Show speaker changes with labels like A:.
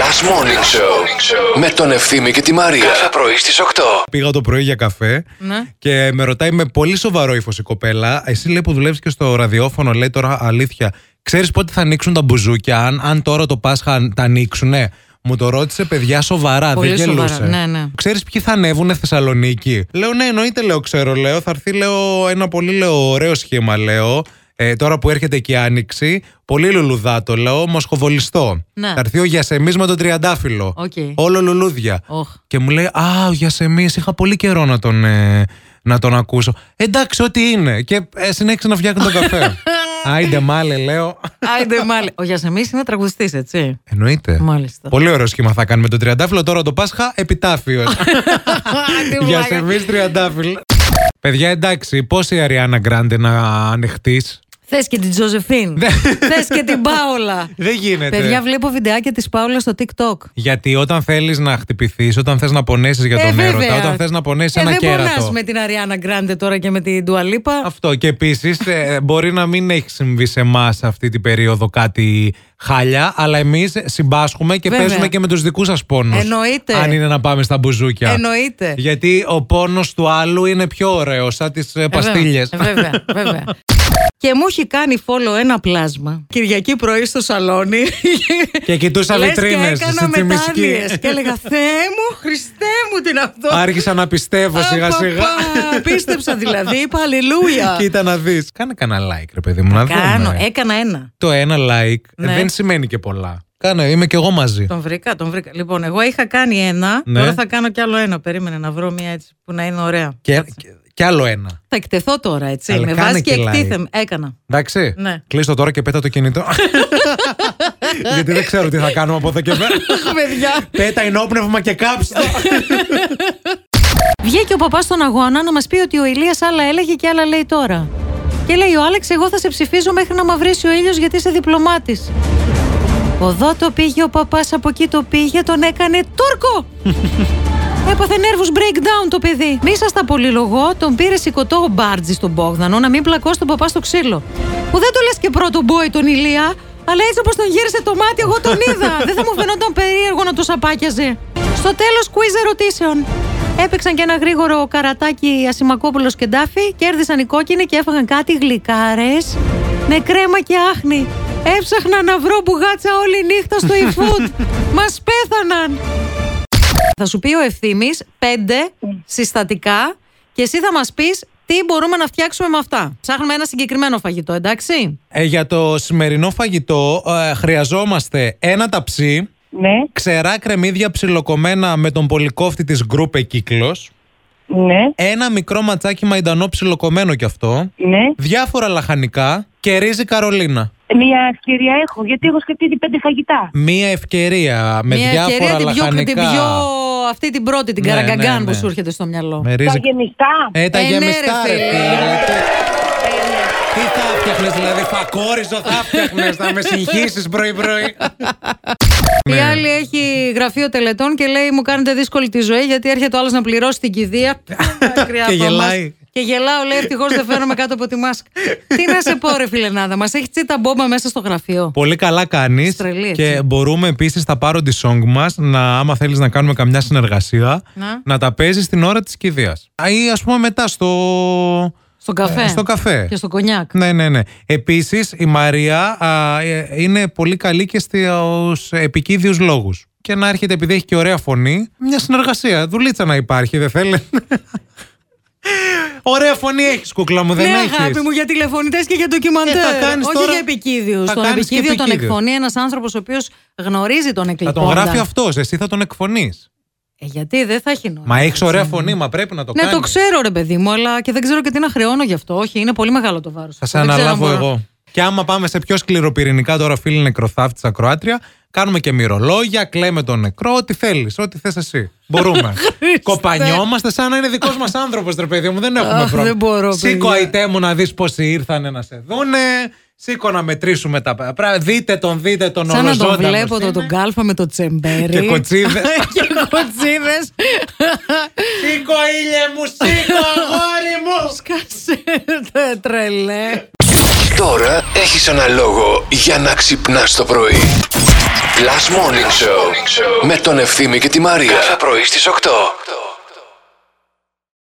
A: Last Morning Show με τον Ευθύμη και τη Μαρία. Κάθε πρωί στις 8.
B: Πήγα το πρωί για καφέ
C: Ναι.
B: και με ρωτάει με πολύ σοβαρό ύφος η κοπέλα. Εσύ λέει που δουλεύεις και στο ραδιόφωνο, λέει τώρα αλήθεια. Ξέρεις πότε θα ανοίξουν τα μπουζούκια, αν, αν τώρα το Πάσχα τα ανοίξουνε. Μου το ρώτησε παιδιά σοβαρά,
C: Πολύ
B: δεν
C: σοβαρά,
B: γελούσε.
C: ναι, ναι.
B: Ξέρεις ποιοι θα ανέβουνε Θεσσαλονίκη. Λέω, ναι, εννοείται, λέω, ξέρω, λέω. Θα έρθει, λέω, ένα πολύ λέω, ωραίο σχήμα, λέω. Ε, τώρα που έρχεται και η άνοιξη, πολύ λουλουδάτο, λέω, μοσχοβολιστό.
C: Ναι.
B: Θα έρθει ο Γιασεμής με τον τριαντάφυλλο.
C: Οκ.
B: Όλο λουλούδια.
C: Οχ.
B: Και μου λέει, Α, ο Γιασεμής, είχα πολύ καιρό να τον, ε, να τον ακούσω. Εντάξει, ό,τι είναι. Και ε, συνέχισε να φτιάχνει τον καφέ. Άιντε, μάλε, λέω.
C: Άιντε μάλλον. Ο Γιασεμής είναι τραγουδιστής, έτσι.
B: Εννοείται.
C: Μάλιστα.
B: Πολύ ωραίο σχήμα θα κάνουμε τον τριαντάφυλλο. Τώρα το Πάσχα, επιτάφιος.
C: Άντε, μαλάκα.
B: Γιασεμής, τριαντάφυλλο. Παιδιά, εντάξει, πώς η Αριάννα Γκράντε να ανεχτεί.
C: Θες και την Τζοζεφίν.
B: Ναι.
C: Θες και την Πάολα.
B: Δεν γίνεται.
C: Παιδιά, βλέπω βιντεάκια της Πάολας στο TikTok.
B: Γιατί όταν θέλεις να χτυπηθείς, όταν θες να πονέσεις για τον έρωτα, όταν θες να πονέσεις
C: ε,
B: ένα
C: δεν
B: κέρατο.
C: πονάς με την Αριάννα Γκράντε τώρα και με την Τουαλίπα.
B: Αυτό και επίσης μπορεί να μην έχει συμβεί σε εμάς αυτή την περίοδο κάτι χάλια, αλλά εμείς συμπάσχουμε και
C: Βέβαια.
B: παίζουμε και με τους δικούς σας πόνους.
C: Εννοείται.
B: Αν είναι να πάμε στα μπουζούκια.
C: Εννοείται.
B: Γιατί ο πόνος του άλλου είναι πιο ωραίος, σαν τις ε, παστίλε.
C: Ε, βέβαια, ε, βέβαια. βέβαια. Και μου έχει κάνει follow ένα πλάσμα. Κυριακή πρωί στο σαλόνι.
B: Και κοιτούσα
C: Λες
B: βιτρίνες
C: Και
B: στη
C: έκανα
B: Τσιμισκή.
C: μετάνοιες. και έλεγα Θεέ μου, Χριστέ μου την αυτό.
B: Άρχισα να πιστεύω σιγά σιγά.
C: Απαπα, Πίστεψα δηλαδή, είπα αλληλούια.
B: Κοίτα να δεις. Κάνε κανένα like, ρε παιδί μου, να
C: Κάνω,
B: δούμε.
C: έκανα ένα.
B: Το ένα like
C: Ναι.
B: δεν σημαίνει και πολλά. Κάνε, είμαι κι εγώ μαζί.
C: Τον βρήκα, τον βρήκα. Λοιπόν, εγώ είχα κάνει ένα.
B: Ναι.
C: Τώρα θα κάνω κι άλλο ένα. Περίμενε να βρω μία έτσι που να είναι ωραία.
B: Και, και, και άλλο ένα.
C: Θα εκτεθώ τώρα, έτσι.
B: Αλλά
C: με
B: κάνε
C: βάζει και
B: και like.
C: εκτίθεμαι. Έκανα.
B: Εντάξει.
C: Ναι.
B: Κλείστο τώρα και πέτα το κινητό. Γιατί δεν ξέρω τι θα κάνουμε από εδώ και πέρα.
C: Παιδιά.
B: πέτα ενόπνευμα και κάψτε.
C: Βγήκε ο παπά στον αγώνα να μας πει ότι ο Ηλίας άλλα έλεγε και άλλα λέει τώρα. Και λέει ο Άλεξ, εγώ θα σε ψηφίζω μέχρι να μαυρίσει ο ήλιος γιατί είσαι διπλωμάτης. Οδό το πήγε ο παπάς, από εκεί το πήγε, τον έκανε Τούρκο! Έπαθε nervous breakdown το παιδί. Μη σας τα πολυλογώ, τον πήρε σηκωτό ο Μπάρτζης στον Μπόγδανο να μην πλακώσει τον παπά στο ξύλο. Που δεν το λες και πρώτο μπόι τον Ηλία, αλλά έτσι όπως τον γύρισε το μάτι, εγώ τον είδα. δεν θα μου φαινόταν περίεργο να το σαπάκιαζε. Στο τέλος, quiz ερωτήσεων. Έπαιξαν και ένα γρήγορο καρατάκι Ασημακόπουλος και Ντάφη, κέρδισαν οι κόκκινοι και έφαγαν κάτι γλυκάρες με κρέμα και άχνη. Έψαχνα να βρω μπουγάτσα όλη νύχτα στο e-food. Μας πέθαναν. Θα σου πει ο ευθύνη πέντε
D: Ναι.
C: συστατικά και εσύ θα μας πεις τι μπορούμε να φτιάξουμε με αυτά. Ψάχνουμε ένα συγκεκριμένο φαγητό, εντάξει.
B: ε, για το σημερινό φαγητό ε, χρειαζόμαστε ένα ταψί,
D: Ναι,
B: ξερά κρεμμύδια ψιλοκομμένα με τον πολυκόφτη της γκρούπε κύκλος,
D: ναι,
B: ένα μικρό ματσάκι μαϊντανό ψιλοκομμένο κι αυτό,
D: ναι.
B: διάφορα λαχανικά και ρύζι καρολίνα.
D: Μια ευκαιρία έχω, γιατί έχω σκεφτεί ότι πέντε φαγητά.
B: Μία ευκαιρία με
C: Μια
B: διάφορα
C: ευκαιρία την πιο,
B: λαχανικά.
C: την πιο. αυτή την πρώτη, την
B: Ναι,
C: καραγκαγκάν
B: ναι,
C: που
B: ναι.
C: σου έρχεται στο μυαλό.
B: Με ρύζι...
D: Τα γεμιστά.
B: Ε, τα
C: Ε, ναι,
B: γεμιστά,
C: ρε,
B: ρε,
C: φίλε.
B: φίλε. Τι θα φτιάχνες, δηλαδή, φακόριζο θα φτιάχνες, να με συγχύσεις πρωί-πρωί. Ναι.
C: Η άλλη έχει γραφείο τελετών και λέει: Μου κάνετε δύσκολη τη ζωή γιατί έρχεται ο άλλος να πληρώσει την κηδεία. Μακριά από
B: γελάει.
C: μας. Και γελάω, λέει: Ευτυχώς δεν φέρομαι κάτω από τη μάσκα. Τι να σε πω, ρε φιλενάδα, μας έχει τσίτα μπόμπα μέσα στο γραφείο.
B: Πολύ καλά κάνεις.
C: Στρελή, έτσι.
B: Και μπορούμε επίσης τα πάροντι song μας, να, άμα θέλεις να κάνουμε καμιά συνεργασία,
C: Να.
B: τα παίζεις την ώρα της κηδείας. Ή ας πούμε μετά στο.
C: Στον καφέ.
B: Ε, στο καφέ.
C: Και στο κονιάκ.
B: Ναι, ναι, ναι. Επίσης, η Μαρία α, ε, είναι πολύ καλή και στους επικίδιου λόγους. Και να έρχεται επειδή έχει και ωραία φωνή, μια συνεργασία. Δουλίτσα να υπάρχει, δεν θέλει. ωραία φωνή έχεις, κούκλα μου, δεν
C: ναι,
B: έχεις.
C: αγάπη μου, για τηλεφωνητές και για ντοκιμαντέρ.
B: Ε, θα κάνεις
C: Όχι
B: τώρα-
C: για επικίδιου.
B: θα
C: Τον
B: κάνεις και
C: επικίδιο τον
B: επικίδιο.
C: εκφωνεί ένας άνθρωπος ο οποίος γνωρίζει τον
B: Θα
C: εκλειπώντα.
B: τον γράφει αυτός, εσύ θα τον εκφωνείς.
C: Ε, γιατί δεν θα έχει νόημα.
B: Μα έχεις ωραία φωνή, μα πρέπει να το
C: Ναι,
B: κάνει.
C: το ξέρω, ρε παιδί μου, αλλά και δεν ξέρω και τι να χρεώνω γι' αυτό. Όχι, είναι πολύ μεγάλο το βάρος.
B: Θα σε αναλάβω εγώ. Και άμα πάμε σε πιο σκληροπυρηνικά τώρα, φίλοι νεκροθάφτη Ακροάτρια, κάνουμε και μυρολόγια, κλαίμε τον νεκρό, ό,τι θέλεις, ό,τι θες εσύ. Μπορούμε. Κοπανιόμαστε σαν να είναι δικός μας άνθρωπος, ρε παιδί μου, δεν έχουμε
C: Αχ,
B: πρόβλημα.
C: δεν μπορώ,
B: Σήκω
C: παιδιά.
B: αητέ μου να δεις πόσοι ήρθανε να σε δούνε. Σήκω να μετρήσουμε τα πράγματα. Δείτε τον, δείτε τον
C: Σαν να τον
B: ολοζώντανος
C: βλέπω το,
B: είναι.
C: τον κάλφα με το τσεμπέρι.
B: Και κοτσίδες.
C: και κοτσίδες.
B: Σήκω ήλιε μου, σήκω αγόρι μου.
C: Σκάσε, τε- τρελέ.
A: Τώρα έχεις ένα λόγο για να ξυπνάς το πρωί. Last Morning Show με τον Ευθύμη και τη Μαρία. Κάθε πρωί στις 8.